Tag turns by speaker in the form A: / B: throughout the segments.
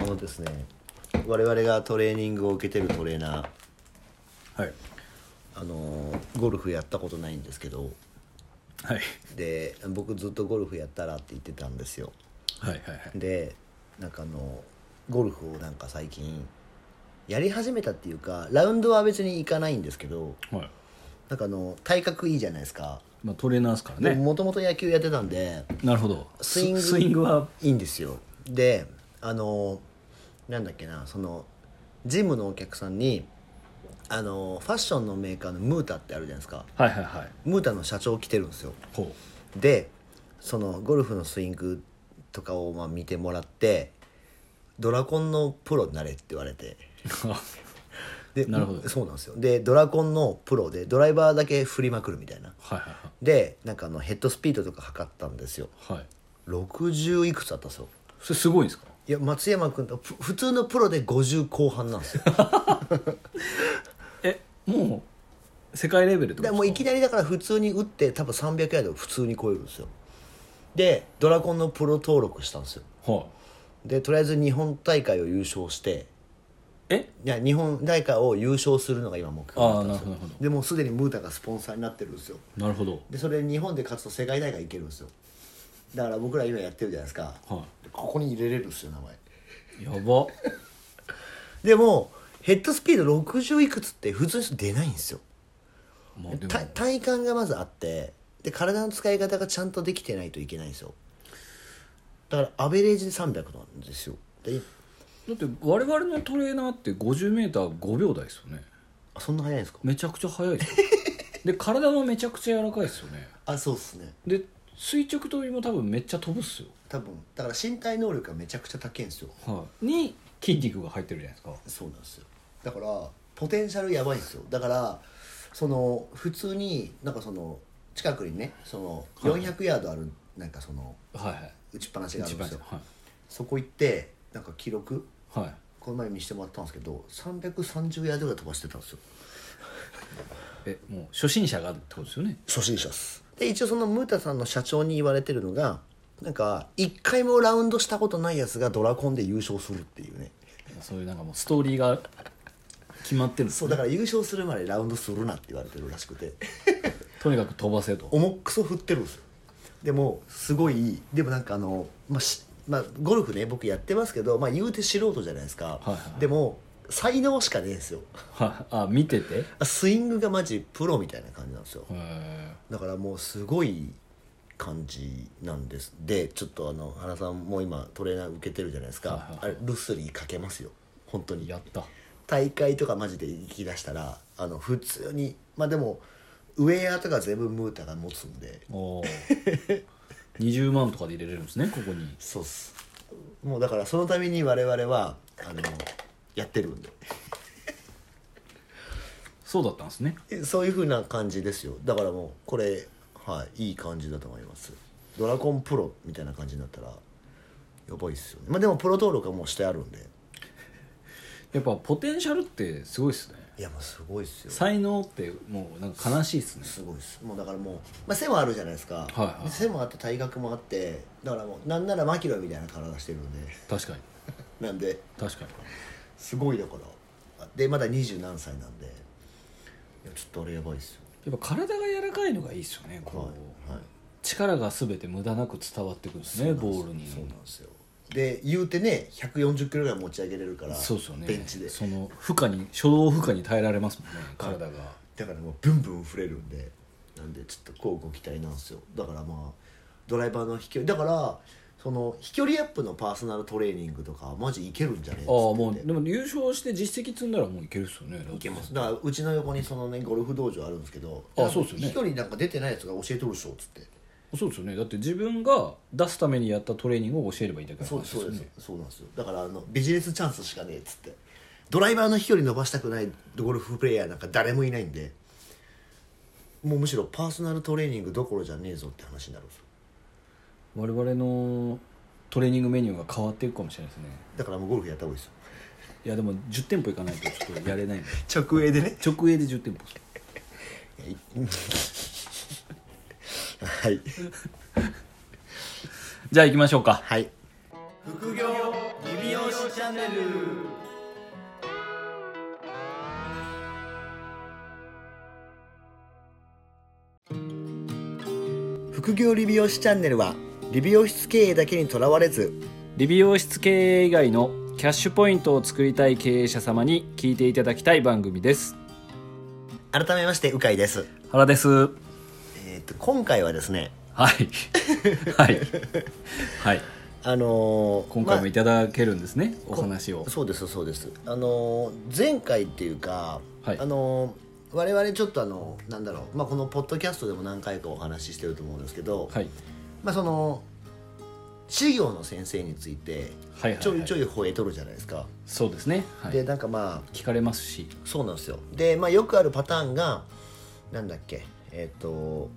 A: のですね我々がトレーニングを受けてるトレーナー
B: はい
A: あのゴルフやったことないんですけど
B: はい
A: で僕ずっとゴルフやったらって言ってたんですよ
B: はいはいはい
A: でなんかあのゴルフをなんか最近やり始めたっていうかラウンドは別に行かないんですけど
B: はい
A: なんかあの体格いいじゃないですか
B: まあ、トレーナーですからね
A: もともと野球やってたんで
B: なるほど
A: スイング
B: スイングはい
A: いんですよであのなんだっけなそのジムのお客さんにあのファッションのメーカーのムータってあるじゃないですか
B: はいはいはい
A: ムータの社長来てるんですよ
B: ほ
A: でそのゴルフのスイングとかをまあ見てもらってドラコンのプロになれって言われて
B: う
A: で
B: なるほど
A: そうなんですよでドラコンのプロでドライバーだけ振りまくるみたいな
B: はいは
A: でなんかあのヘッドスピードとか測ったんですよ
B: いはいはい
A: 60いくつあったんですよ
B: それすごいんですか
A: いや松山君とふ普通のプロで50後半なんですよ
B: えもう世界レベルってこ
A: で
B: と
A: もういき
B: な
A: なりだから普通に打って多分300ヤード普通に超えるんですよでドラコンのプロ登録したんですよ
B: りはい
A: でとりあえず日本大会を優勝して
B: え
A: いや日本大会を優勝するのが今目標だっ
B: ああ
A: たん
B: な
A: で
B: る
A: すよ
B: ほどなるほど
A: でもうすでにムータがスポンサーになってるんですよ
B: なるほど
A: でそれ日本で勝つと世界大会いけるんですよだから僕ら今やってるじゃないですか
B: は
A: でここに入れれるんですよ名前
B: いやば
A: でもヘッドスピード60いくつって普通の人出ないんですよ
B: まあでも
A: た体幹がまずあってで体の使い方がちゃんとできてないといけないんですよだからアベレージで300なんですよで
B: だって我々のトレーナーって 50m5 秒台ですよね
A: あそんな速いんですか
B: めちゃくちゃ速いですよ で体もめちゃくちゃ柔らかいですよね
A: あそうっすね
B: で垂直跳びも多分めっちゃ飛ぶっすよ、
A: 多分だから身体能力がめちゃくちゃ高いんですよ
B: はい、に筋肉が入ってるじゃないですか
A: そうなんですよだからポテンシャルやばいんですよだからその普通になんかその近くにねその
B: はい
A: 400ヤードあるなんかその
B: はいはい
A: 打ちっぱなしがあるんですよ
B: は
A: そこ行ってなんか記録
B: い、はい、
A: この前見してもらったんですけど330ヤードぐらい飛ばしてたんですよ
B: えもう初心者がってことですよね
A: 初心者ですで一応そのムータさんの社長に言われてるのがなんか一回もラウンドしたことないやつがドラコンで優勝するっていうね
B: そういうなんかもうストーリーが決まってるんです
A: そうだ
B: よ
A: から優勝するまでラウンドするなって言われてるらしくて
B: とにかく飛ばせと
A: 重くそ振ってるんですよでもすごいでもなんかあの、まあしまあ、ゴルフね僕やってますけど、まあ、言うて素人じゃないですか、
B: はいはい
A: でも才能しかねえんですよ
B: はいあ見ててへ
A: スイングがマジプロみたいな感じなんですよ
B: え
A: だからもうすごい感じなんですでちょっとあの原さんも今トレーナー受けてるじゃないです
B: はいはい
A: かあれルスリーかけますよ本当に
B: やった
A: 大会とかマジで行き出したらあの普通にまあでもウェアとか全部ムータが持つんで
B: おお 20万とかで入れれるんですねここに
A: そうっすもうだからそのために我々はあのやってるんで
B: そうだったんですね
A: えそういうふうな感じですよだからもうこれはいいい感じだと思いますドラゴンプロみたいな感じになったらやばいっすよねまあでもプロ登録はもうしてあるんで
B: やっぱポテンシャルってすごいっすね
A: いやもうすごいっすよ
B: 才能ってもうなんか悲しいっすね
A: すごいっすもうだからもう、まあ、背もあるじゃないですか、
B: はいはい
A: 背もあって体格もあってだからもうなんならマキロイみたいな体してるんで
B: 確かに
A: なんで
B: 確かに
A: すごいだからでまだ二十何歳なんでいやちょっとあれやばいっすよ
B: やっぱ体が柔らかいのがいいっすよね
A: は
B: こう、
A: い、はい
B: 力が全て無駄なく伝わってくるんですねボールに
A: そうなんですよで言うてね140キロぐらい持ち上げれるから
B: そうですよね
A: ベンチで
B: その負荷に初動負荷に耐えられますもんね体が
A: だからもうブンブン触れるんでなんでちょっとこうご期待なんですよだからまあドライバーの飛距離だからその飛距離アップのパーソナルトレーニングとかマジいけるんじゃねえ
B: ああも
A: っ
B: う
A: つって
B: でも優勝して実績積んだらもういけるっすよね
A: いけますだからうちの横にそのねゴルフ道場あるんですけど
B: あそうっすよね
A: 飛距離なんか出てないやつが教えとるっしょっつって
B: そうですよねだって自分が出すためにやったトレーニングを教えればいいだけの
A: そう
B: 話
A: そう
B: よ
A: です
B: ね
A: そうなんですよだからあのビジネスチャンスしかねえっつってドライバーの飛距離伸ばしたくないゴルフプレイヤーなんか誰もいないんでもうむしろパーソナルトレーニングどころじゃねえぞって話になるんですよ
B: 我々のトレーニングメニューが変わっていくかもしれないですね
A: だからもうゴルフやった方がいいです
B: いやでも10店舗行かないとちょっとやれないんで
A: よ 直営でね
B: 直営で10店舗っす
A: はい
B: じゃあ行きましょうか
A: はい
C: 副業リビオシ
B: ドチャンネル
A: 副業理美容師チャンネルは理美容室経営だけにとらわれず
B: 理美容室経営以外のキャッシュポイントを作りたい経営者様に聞いていただきたい番組です
A: 改めまして鵜飼です、
B: 原です は
A: えー、と今回はですね
B: いはいはい
A: あのー
B: 今回もいただけるんですね、
A: まあ
B: お話を
A: こそうですそうですあのー前回っていうか、
B: はい
A: あのー我々ちょっとあのなんだろう、まあ、このポッドキャストでも何回かお話ししてると思うんですけど、
B: はい
A: まあ、その授業の先生について
B: はいはい、はい、
A: ちょいちょい吠えとるじゃないですか、
B: そうですね、はい、
A: でなんかまあ
B: 聞かれますし
A: そうなんですよで、まあ、よくあるパターンがなんだっけえっ、と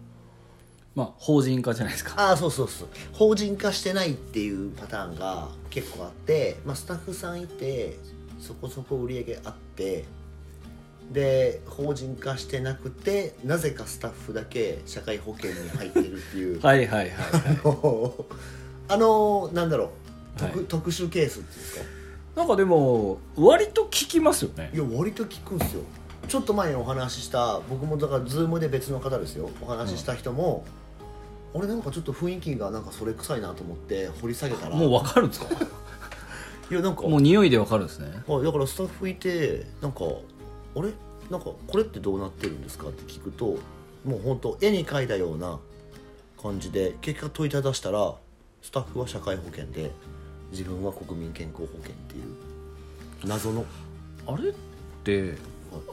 B: まあ法人化じゃないですか
A: ああそうそうそう法人化してないっていうパターンが結構あって、まあ、スタッフさんいてそこそこ売り上げあってで法人化してなくてなぜかスタッフだけ社会保険に入ってるっていう、
B: はいはいはいはい
A: あのあのなんだろう特,、
B: はい
A: 特殊ケースっていうんですか
B: なんかでも割と聞きますよね
A: いや割と聞くんですよちょっと前にお話しした僕もだからズームで別の方ですよお話しした人も、俺なんかちょっと雰囲気がなんかそれ臭いなと思って掘り下げたら
B: もうわかるんですか
A: いやなんか
B: もう匂いでわかるんですね
A: はい、だからスタッフいてなんか「あれなんかこれってどうなってるんですか?」って聞くともうほんと絵に描いたような感じで結果問いただしたらスタッフは社会保険で自分は国民健康保険っていう謎の
B: あれって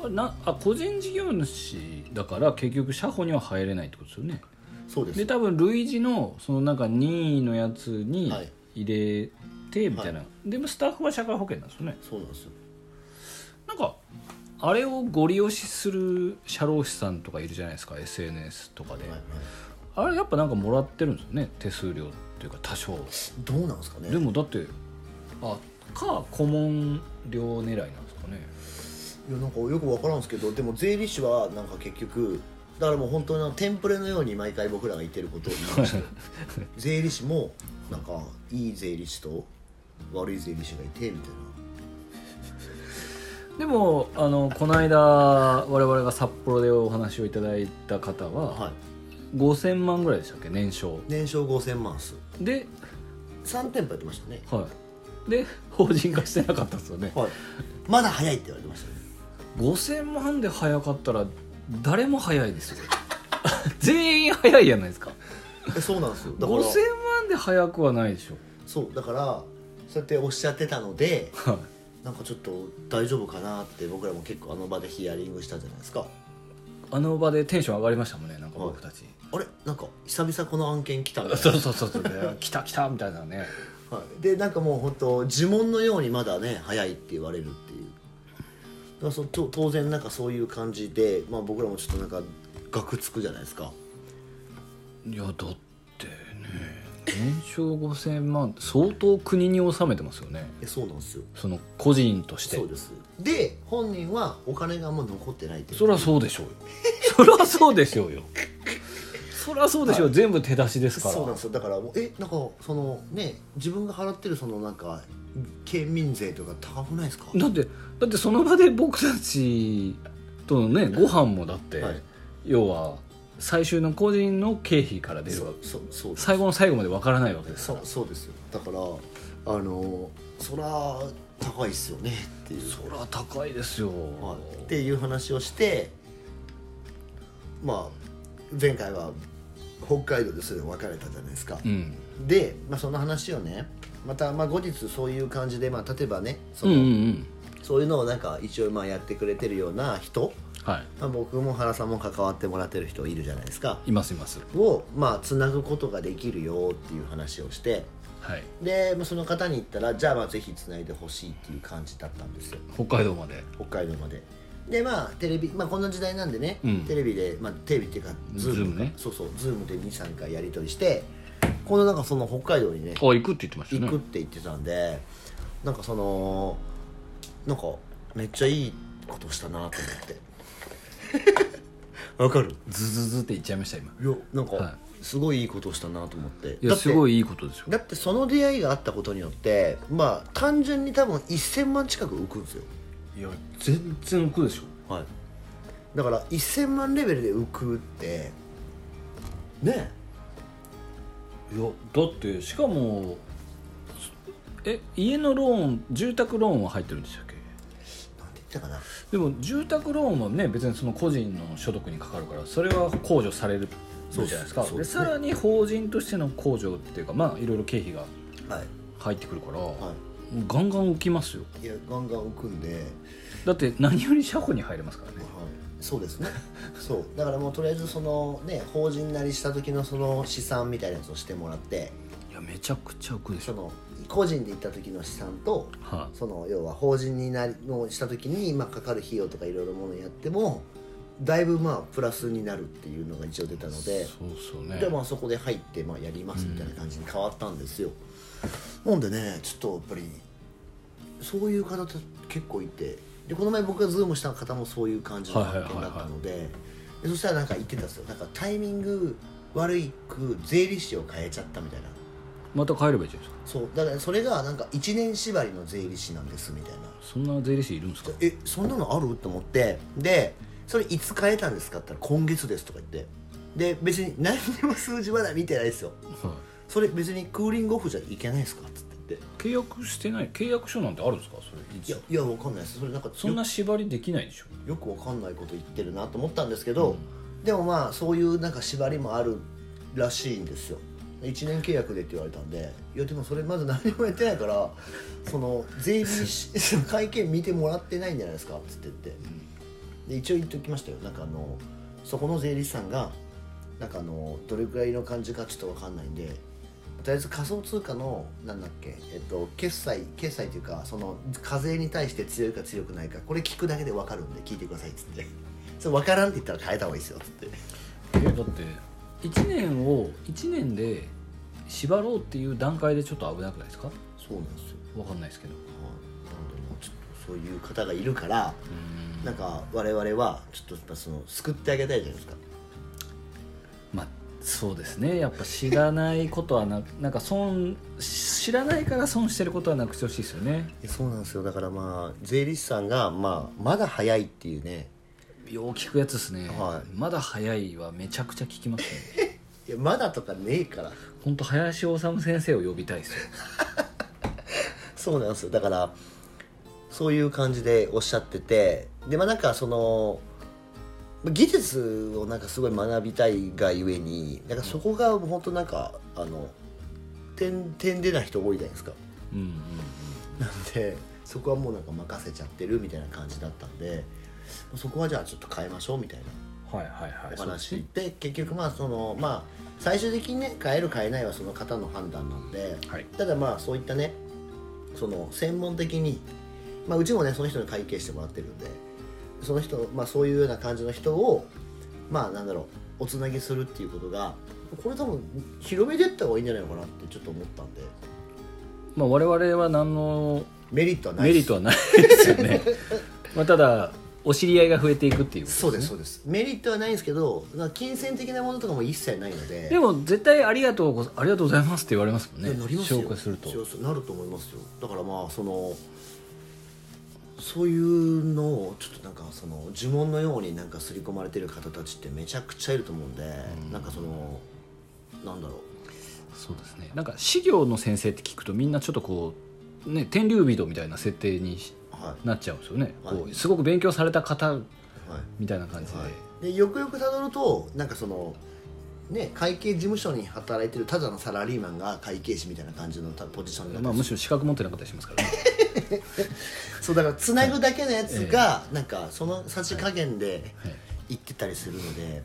B: あなあ個人事業主だから結局社保には入れないってことですよね
A: そうです
B: で多分類似のそのなんか任意のやつに
A: はい
B: 入れてみたいな、でもスタッフは社会保険なんですよね
A: そうなんですよ
B: なんかあれをご利用しする社労士さんとかいるじゃないですか SNS とかで、
A: はいはい
B: あれやっぱなんかもらってるんですよね手数料っていうか多少
A: どうなんですかね
B: でもだってあか顧問料狙いなんですかね
A: いやなんかよく分からんですけどでも税理士はなんか結局だからもう本当にあのテンプレのように毎回僕らが言ってることを言いました よ税理士もなんかいい税理士と悪い税理士がいてみたい
B: でもあのこの間我々が札幌でお話をいただいた方
A: な、
B: は、
A: はい、
B: 5000万ぐらいでしたっけ年商
A: 年商5000万っす
B: で,、
A: 3店舗やってましたね
B: はい、で法人化してなかったんですよね
A: はいまだ早いって言われてましたね
B: 5000万で早かったら誰も早いですよ 全員早いじゃないですか
A: えそうなんですよだか
B: 5000
A: ら
B: 万で早くはないでしょ
A: そうだからそうやっておっしゃってたので
B: はい
A: なんかちょっと大丈夫かなって僕らも結構あの場でヒアリングしたじゃないですか
B: あの場でテンション上がりましたもんねなんか僕たち、
A: あれなんか久々この案件来たみたいな
B: そうそうそうそうで来た来たみたいなね
A: はい、でなんかもう本当呪文のようにまだね早いって言われるっていうだからそと当然なんかそういう感じで、まあ、僕らもちょっとなんかガクつくじゃないですか
B: いやだってね年商5000万って相当国に納めてますよね
A: えそうなんですよ
B: その個人として
A: そうですで本人はお金がもう残ってないって
B: そりゃそうでしょうよそりゃそうでしょうよそりゃそうでしょう、全部手出しですから
A: そうなんですよだからもうえなんかそのね自分が払ってるそのなんか県民税とか高くないですか
B: だってだってその場で僕たちとのねご飯もだって、
A: はい
B: 要は最終の個人の経費から出る
A: そ
B: わ
A: うそうそう
B: 最後の最後までわからないわけです
A: そ
B: か
A: う
B: ら
A: そうですよだからあのそりゃ高いっすよねっていう
B: そりゃ高いですよ、
A: はいっていう話をしてまあ前回は北海道でそれを別れたじゃないですか、
B: うん
A: で、まあ、その話をねまた、まあ、後日そういう感じで、まあ、例えばねそ
B: うん
A: の、
B: うんうん
A: そういうのをなんか一応まあやってくれてるような人、
B: は
A: まあ、僕も原さんも関わってもらってる人いるじゃないですか
B: いいますいます
A: をまあつなぐことができるよっていう話をして
B: はい
A: でまあその方に言ったらじゃあまあぜひつないでほしいっていう感じだったんですよ
B: 北海道まで
A: 北海道まででまあテレビ、まあ、こんな時代なんでね、
B: うん
A: テレビで、まあ、テレビっていうかズーム
B: Zoom ね
A: そうそうズームで23回やり取りしてこのなんかその北海道にね
B: あ行くって言ってましたね
A: 行くって言ってたんでなんかそのなんかめっちゃいいことしたなと思ってわかる
B: ズズズって言っちゃいました今
A: いやなんか、
B: は
A: すごいいいことをしたなと思ってだ
B: いや
A: って
B: すごいいいことですよ
A: だってその出会いがあったことによってまあ単純に多分1000万近く浮くんですよ
B: いや全然浮くでしょ
A: はいだから1000万レベルで浮くってね
B: いやだってしかもえ家のローン住宅ローンは入ってるんでしたっけ
A: なんて言ったかな
B: でも住宅ローンはね別にその個人の所得にかかるからそれは控除されるじゃないですか
A: そう
B: で
A: です
B: さらに法人としての控除っていうかまあいろいろ経費が
A: はい
B: 入ってくるから、
A: は
B: ガンガン浮きますよ
A: いいやガンガン浮くんで、
B: だって何より車庫に入れますからね
A: そうですねそうだからもうとりあえずそのね法人なりした時のその試算みたいなやつをしてもらって
B: いやめちゃくちゃ浮くでし
A: そ
B: ょ
A: の個人で行った時の試算と
B: はい、
A: その要は法人になりのした時に今かかる費用とかいろいろものやってもだいぶまあプラスになるっていうのが一応出たので
B: そうそうね
A: でまあそこで入ってまあやりますみたいな感じに変わったんですよ、なんでねちょっとやっぱりそういう方結構いてでこの前僕がズームした方もそういう感じの
B: はいはい
A: 発
B: はい
A: 見
B: はい
A: だったので,、でそしたらなんか言ってたんですよなんかタイミング悪いく税理士を変えちゃったみたいな
B: また帰ればいいじゃないですか
A: そうだからそれがなんか1年縛りの税理士なんですみたいな
B: そんな税理士いるんですか
A: えそんなのあると思ってでそれいつ変えたんですかって言ったら今月ですとか言ってで別に何にも数字まだ見てないですよ
B: はい
A: それ別にクーリングオフじゃいけないですかっつって言って
B: 契約してない契約書なんてあるんですかそれ
A: いやいやわかんないですそれなんか
B: そんな縛りできないでしょ
A: よよくわかんないこと言ってるなと思ったんですけど、でもまあそういうなんか縛りもあるらしいんですよ1年契約でって言われたんでいやでもそれまだ何もやってないからその税理士 その会見見てもらってないんじゃないですかっつって言って、で一応言っておきましたよなんかあのそこの税理士さんがなんかあのどれくらいの感じかちょっとわかんないんでとりあえず仮想通貨のなんだっけ、えっと、決済決済というかその課税に対して強いか強くないかこれ聞くだけでわかるんで聞いてくださいっつって それ分からんって言ったら変えた方がいいですよっつって
B: えだって1年を1年で縛ろうっていう段階でちょっと危なくないですか
A: そうなんですよ
B: わかんないですけど
A: はいなのでもうちょっとそういう方がいるからなんか我々はちょっとやっぱその救ってあげたいじゃないですか
B: まあそうですねやっぱ知らないことは ななんか損知らないから損してることはなくしてほしいですよね
A: いやそうなんですよだからまあ税理士さんが、まあ、まだ早いっていうね
B: よう聞くやつですね、
A: はい
B: まだ早いはめちゃくちゃ聞きますね
A: いやまだとかねえから
B: 本当林修先生を呼びたいですよ
A: そうなんですよだからそういう感じでおっしゃっててでまあなんかその技術をなんかすごい学びたいがゆえになんかそこが本当なんかあの点点でな人多いじゃないですか
B: うんうんうん
A: なんでそこはもうなんか任せちゃってるみたいな感じだったんでそこはじゃあちょっと変えましょうみたいな
B: はいはいはい
A: お
B: そう
A: 話で結局まあそのまあ最終的にね変える変えないはその方の判断なんで、
B: はい
A: ただまあそういったねその専門的に、まあ、うちもねその人に会計してもらってるんでその人、まあ、そういうような感じの人をまあなんだろうおつなぎするっていうことがこれ多分広めていった方がいいんじゃないのかなってちょっと思ったんで
B: まあ我々は何の
A: メリットはない
B: メリットはないですよ ねまあただお知り合いが増えていくっていうこと
A: そうですそうですメリットはないんですけどなんか金銭的なものとかも一切ないので
B: でも絶対ありがとうござありがとうございますって言われますもんね
A: いやなりますよ
B: 紹介すると
A: そうそうなると思いますよだからまあそのそういうのをちょっとなんかその呪文のようになんか刷り込まれてる方たちってめちゃくちゃいると思うんで、なんかそのなんだろ
B: そうですねなんか資料の先生って聞くとみんなちょっとこうね天竜人みたいな設定にし
A: うは
B: なっちゃうんですよね、
A: はい
B: こうすごく勉強された方
A: いはい
B: みたいな感じで、
A: でよくよくたどるとなんかそのね会計事務所に働いてるただのサラリーマンが会計士みたいな感じのたポジションになって
B: まあ、むしろ資格持ってなかったりしますか らね
A: そうだからつなぐだけのやつがなんかそのさじ加減で
B: はい
A: 行ってたりするので、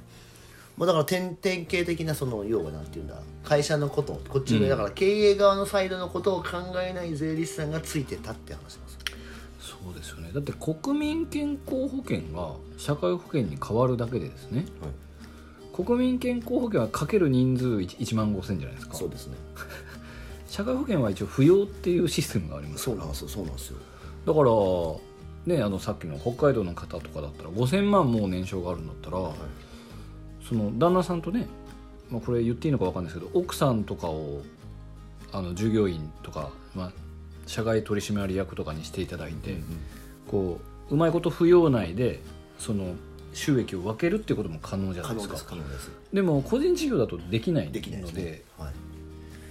A: まあ、だから典典型的なその要はなんていうんだ会社のことこっち
B: う
A: の
B: ん
A: だから経営側のサイドのことを考えない税理士さんがついてたって話なんですよ
B: そうですよねだって国民健康保険が社会保険に変わるだけでですね国民健康保険はかける人数 1, 万5千じゃないですか
A: そうですね
B: 社会保険は一応扶養っていうシステムがあります
A: そうなんですよそうなんですよ
B: だからねあのさっきの北海道の方とかだったら5000万もう年商があるんだったら、
A: い
B: その旦那さんとねまあ、これ言っていいのか分かんないですけど奥さんとかをあの従業員とか、まあ、社外取締役とかにしていただいて、こううまいこと扶養内でその収益を分けるっていうことも可能じゃな
A: 可
B: いで
A: 能
B: すか
A: です可能です
B: でも個人事業だとできないので
A: できないですねは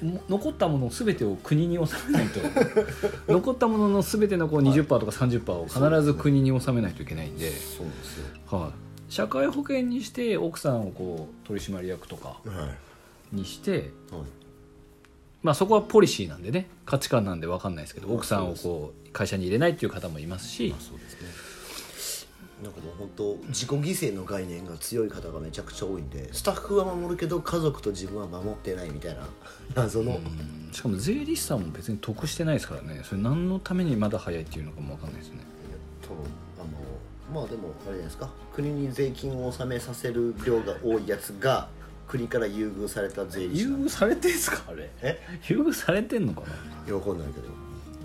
A: い
B: も残ったもの全てを国に納めないと 残ったものの全てのこう20%とか30%を必ず国に納めないといけないんで、
A: そうなんですよ
B: はい、社会保険にして奥さんをこう取締役とか
A: はいはい
B: にして、まあ、そこはポリシーなんでね価値観なんで分かんないですけど
A: まあ
B: 奥さんをこう会社に入れないっていう方もいますし
A: まあ、そうですねなんかもう本当自己犠牲の概念が強い方がめちゃくちゃ多いんでスタッフは守るけど家族と自分は守ってないみたいな謎の、
B: うんしかも税理士さんも別に得してないですからねそれ何のためにまだ早いっていうのかも分かんないですね
A: えっとあのまあでもあれじゃないですか国に税金を納めさせる量が多いやつが国から優遇された税理士
B: 優
A: なん
B: 遇されてんすかあれ
A: え
B: 優遇されてんのかな
A: 喜んないけど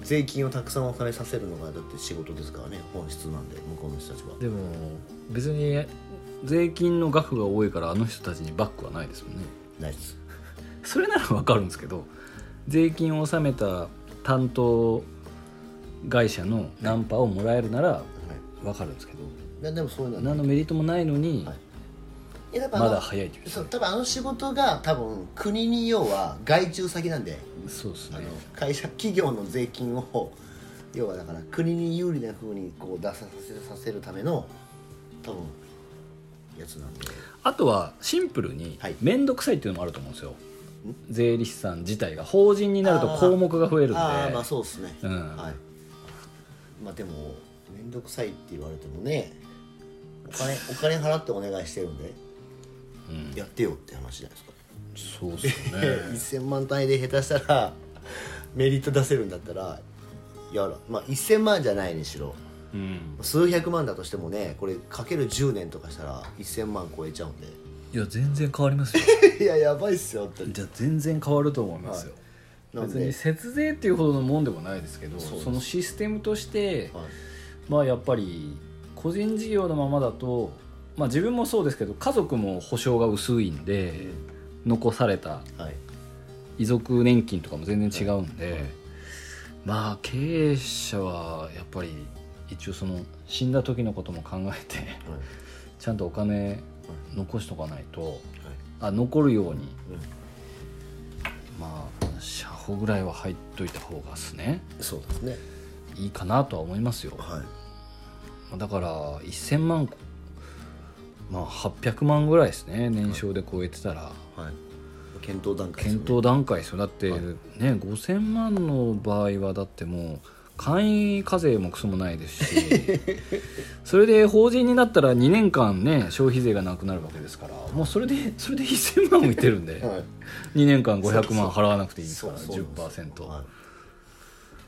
A: 税金をたくさん納めさせるのがだって仕事ですからね本質なんで向こうの人たちは
B: でも別に税金の額が多いからあの人たちにバックはないですもんね
A: ナイス
B: それならわかるんですけど税金を納めた担当会社のナンパをもらえるなら
A: はい
B: わかるんですけど
A: ででもそういうのは
B: 何のメリットもないのに
A: はいいややっぱあの
B: まだ早いという
A: そう多分あの仕事が多分国に要は外注先なんで
B: そうです
A: あ
B: ね
A: の会社企業の税金を要はだから国に有利なふうにこう出させさせるための多分やつなんで
B: あとはシンプルに
A: はい
B: 面倒くさいっていうのもあると思うんですよ税理士さん自体が法人になると項目が増えるんで
A: ああまあそうですね、
B: うん
A: はいまあでも面倒くさいって言われてもねお金お金払ってお願いしてるんで、
B: うん
A: やってよって話じゃないですか
B: そうです ね
A: で1000万単位で下手したらメリット出せるんだったらやら、まあ、1000万じゃないにしろ
B: うん
A: 数百万だとしてもねこれかける10年とかしたら1000万超えちゃうんで
B: いや全然変わりますよ
A: いややばいっすよって
B: じゃあ全然変わると思いますよ、
A: なん
B: 別
A: で
B: に節税っていうほどのもんでもないですけど
A: そう
B: そ
A: です
B: のシステムとして、
A: はい
B: まあやっぱり個人事業のままだと、まあ、自分もそうですけど家族も保証が薄いんで、残された
A: はい
B: 遺族年金とかも全然違うんで、まあ経営者はやっぱり一応その死んだ時のことも考えて
A: はいはい
B: ちゃんとお金残しとかないと
A: はい
B: あ残るよ
A: う
B: うに
A: ん
B: まあ社保ぐらいは入っといた方がですね
A: そうですね
B: いいかなとは思いますよ
A: はい
B: だから1000万個まあ800万ぐらいですね年商で超えてたら
A: はい検討段階ですよね
B: 検討段階ですよだって
A: はい
B: ね5000万の場合はだってもう簡易課税もクソもないで すしそれで法人になったら2年間ね消費税がなくなるわけですからもうそれでそれで1000万もいってるん で
A: はい
B: 2年間500万払わなくていいですから
A: そうそうなんです
B: 10%
A: よは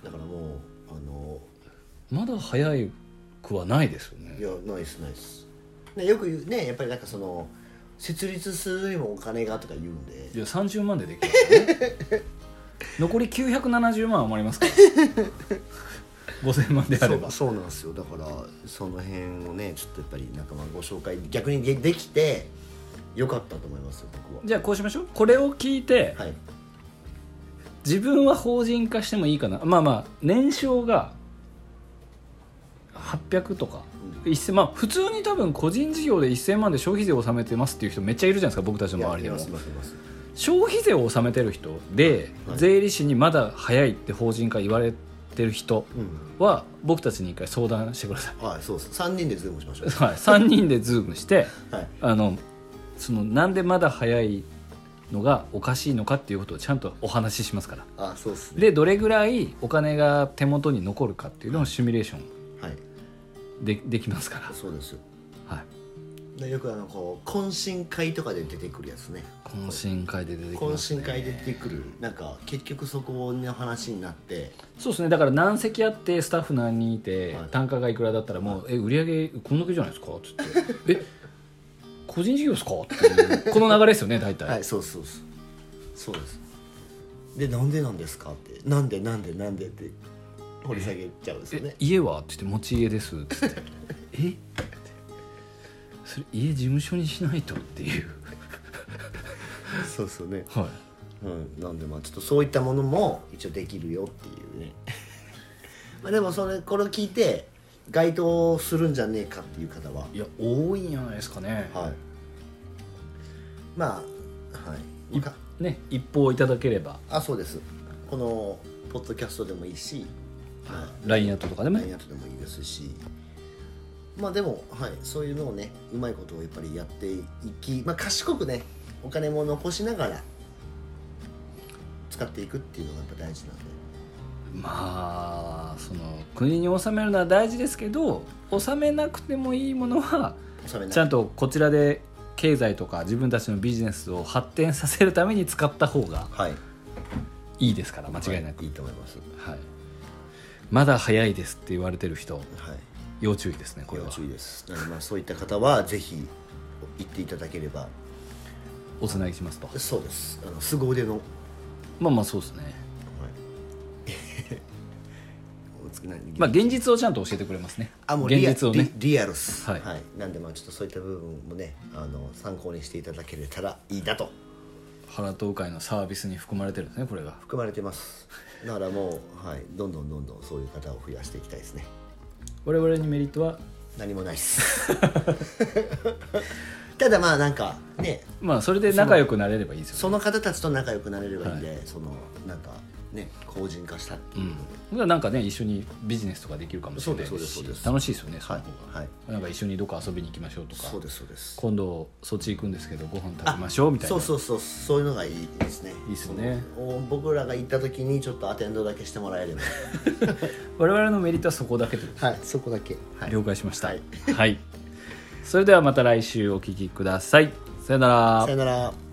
A: いだからもうあの
B: まだ早いくはないですよ
A: い
B: ね
A: やないっすないっすねよく言うねやっぱりなんかその設立するにもお金がとか言うんで
B: いや30万ででき るからね残り970万余りますから5000万であれば
A: そうそうなんですよだからその辺をねちょっとやっぱりなんかまあご紹介逆にでできてよかったと思いますよ僕
B: じゃあこうしましょうこれを聞いて
A: ははい
B: 自分は法人化してもいいかなまあまあ年商が800とか1000まあ普通に多分個人事業で1000万で消費税を納めてますっていう人めっちゃいるじゃないですか僕たちの周り
A: い
B: で
A: や
B: も
A: いますいますいます
B: 消費税を納めてる人で
A: はい
B: 税理士にまだ早いって法人化言われてる人
A: うん
B: は僕たちに一回相談してください
A: はいそうです3人でズームしましょう
B: はい、3人でズームして
A: はい
B: あのそのなんでまだ早いのがおかしいのかっていうことをちゃんとお話ししますから
A: あそうですね
B: でどれぐらいお金が手元に残るかっていうのをシミュレーション
A: はい
B: でできますか
A: そうですよ
B: ら、はい、
A: でよくあのこう懇親会とかで出てくるやつね
B: 懇親会で出てきま
A: 懇
B: す、
A: 親
B: ね、
A: 会で出てくるなんか結局そこの話になって
B: そうですねだから何席あってスタッフ何人いて、
A: はい
B: 単価がいくらだったらもう「え売り上げこんだけじゃないですか?」っつって「 え個人事業ですか?」っていうこの流れですよね大体、
A: はい、そうそうそうそうですでなんでなんですかってなんでなんでなんでって掘り下げちゃうんですよね
B: え家は?」って言って「持ち家です」っ つって「えそれ家事務所にしないと」っていう
A: そうそうね、
B: はい
A: うん、なんでまあちょっとそういったものも一応できるよっていう ねまあでもそれこれを聞いて該当するんじゃねえかっていう方は、
B: いや多いんじゃないですかね、
A: はいまあはいい
B: ね一報いただければ
A: あそうですこのポッドキャストでもいいし、はい
B: LINE アットとかでも
A: ラインアットでもいいですしまあでも、はい、そういうのをねうまいことをやっぱりやっていき、まあ、賢くねお金も残しながら使っていくっていうのがやっぱ大事なんで
B: まあその国に納めるのは大事ですけど納めなくてもいいものは
A: 納めない
B: ちゃんとこちらで経済とか自分たちのビジネスを発展させるために使った方が
A: はい
B: いいですから間違いなく、
A: いいと思います
B: はいまだ早いですって言われてる人
A: はい
B: 要注意ですねこれ
A: 要
B: は
A: 注意ですなのでまあそういった方はぜひ行っていただければ
B: おつなぎしますと
A: そうですあの凄腕の、 はい、
B: まあまあそうですね
A: おつなぎ
B: まあ現実をちゃんと教えてくれますね
A: あもう
B: 現
A: リア
B: 実をね
A: リリアルっすは、
B: はいい
A: なんでまあちょっとそういった部分もねあの参考にしていただけれたらいいなと
B: 原東海のサービスに含まれてるんですねこれが
A: 含まれてますだからもう、はい、どんどんどんどんそういう方を増やしていきたいですね
B: 我々にメリットは
A: 何もないっ すただまあなんかね
B: まあそれで仲良くなれればいいですよね
A: その方たちと仲良くなれればいいんで、そのなんかね好人化したっていうので、
B: ほんならなんかね一緒にビジネスとかできるかもしれない
A: そう
B: で
A: ですすそう
B: し
A: ですそうです
B: 楽しいですよねそ
A: は
B: の
A: い
B: 方が、
A: はい
B: なんか一緒にどこか遊びに行きましょうとか
A: そうですそうです
B: 今度そっち行くんですけどご飯食べましょうみたいな
A: そうそうそうそういうのがいいですね
B: いいっすね
A: お僕らが行った時にちょっとアテンドだけしてもらえれば
B: 我々のメリットはそこだけということです
A: はいそこだけ、はい、
B: 了解しました
A: は
B: はいい、それではまた来週お聞きくださいさよなら
A: さよなら